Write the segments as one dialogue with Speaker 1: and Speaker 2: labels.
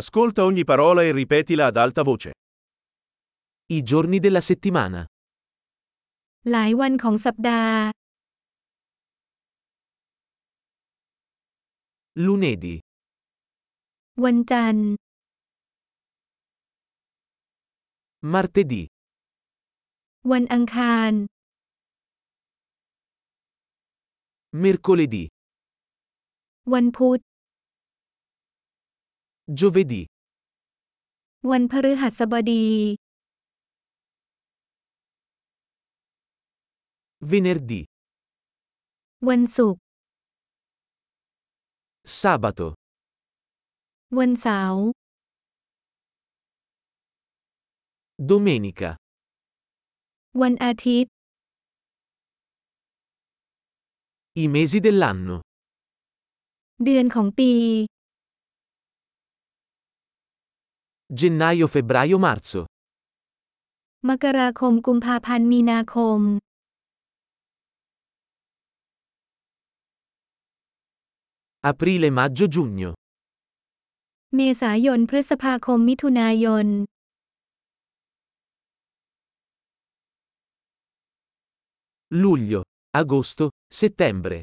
Speaker 1: Ascolta ogni parola e ripetila ad alta voce.
Speaker 2: I giorni della settimana.
Speaker 3: หลายวันของสัปดาห์
Speaker 2: Lunedì,
Speaker 3: วันจันทร์
Speaker 2: martedì,
Speaker 3: วันอังคาร
Speaker 2: mercoledì,
Speaker 3: วันพุธ
Speaker 2: giovedì,
Speaker 3: วันพฤหัสบดี
Speaker 2: venerdì,
Speaker 3: วันศุกร์
Speaker 2: sabato,
Speaker 3: วันเสาร์
Speaker 2: domenica,
Speaker 3: วันอาทิตย์
Speaker 2: i mesi dell'anno,
Speaker 3: เดือนของปี
Speaker 2: gennaio, febbraio, marzo,
Speaker 3: มกราคมกุมภาพันธ์มีนาคม
Speaker 2: aprile, maggio, giugno,
Speaker 3: เมษายนพฤษภาคมมิถุนายน
Speaker 2: luglio, agosto, settembre,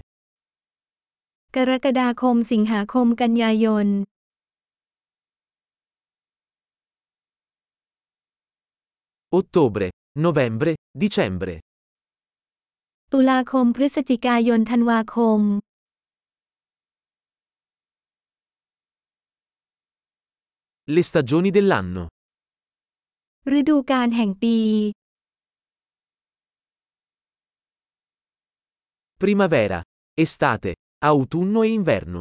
Speaker 3: กรกฎาคมสิงหาคมกันยายน
Speaker 2: ottobre, novembre, dicembre,
Speaker 3: ตุลาคมพฤศจิกายนธันวาคม
Speaker 2: le stagioni dell'anno,
Speaker 3: ฤดูกาลแห่งปี
Speaker 2: primavera, estate, autunno e inverno,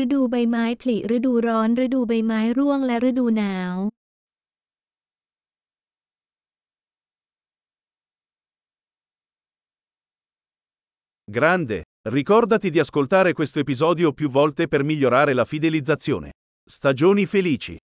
Speaker 3: ฤดูใบไม้ผลิฤดูร้อน ฤดูใบไม้ร่วงและฤดูหนาว
Speaker 1: Grande, ricordati di ascoltare questo episodio più volte per migliorare la fidelizzazione. Stagioni felici.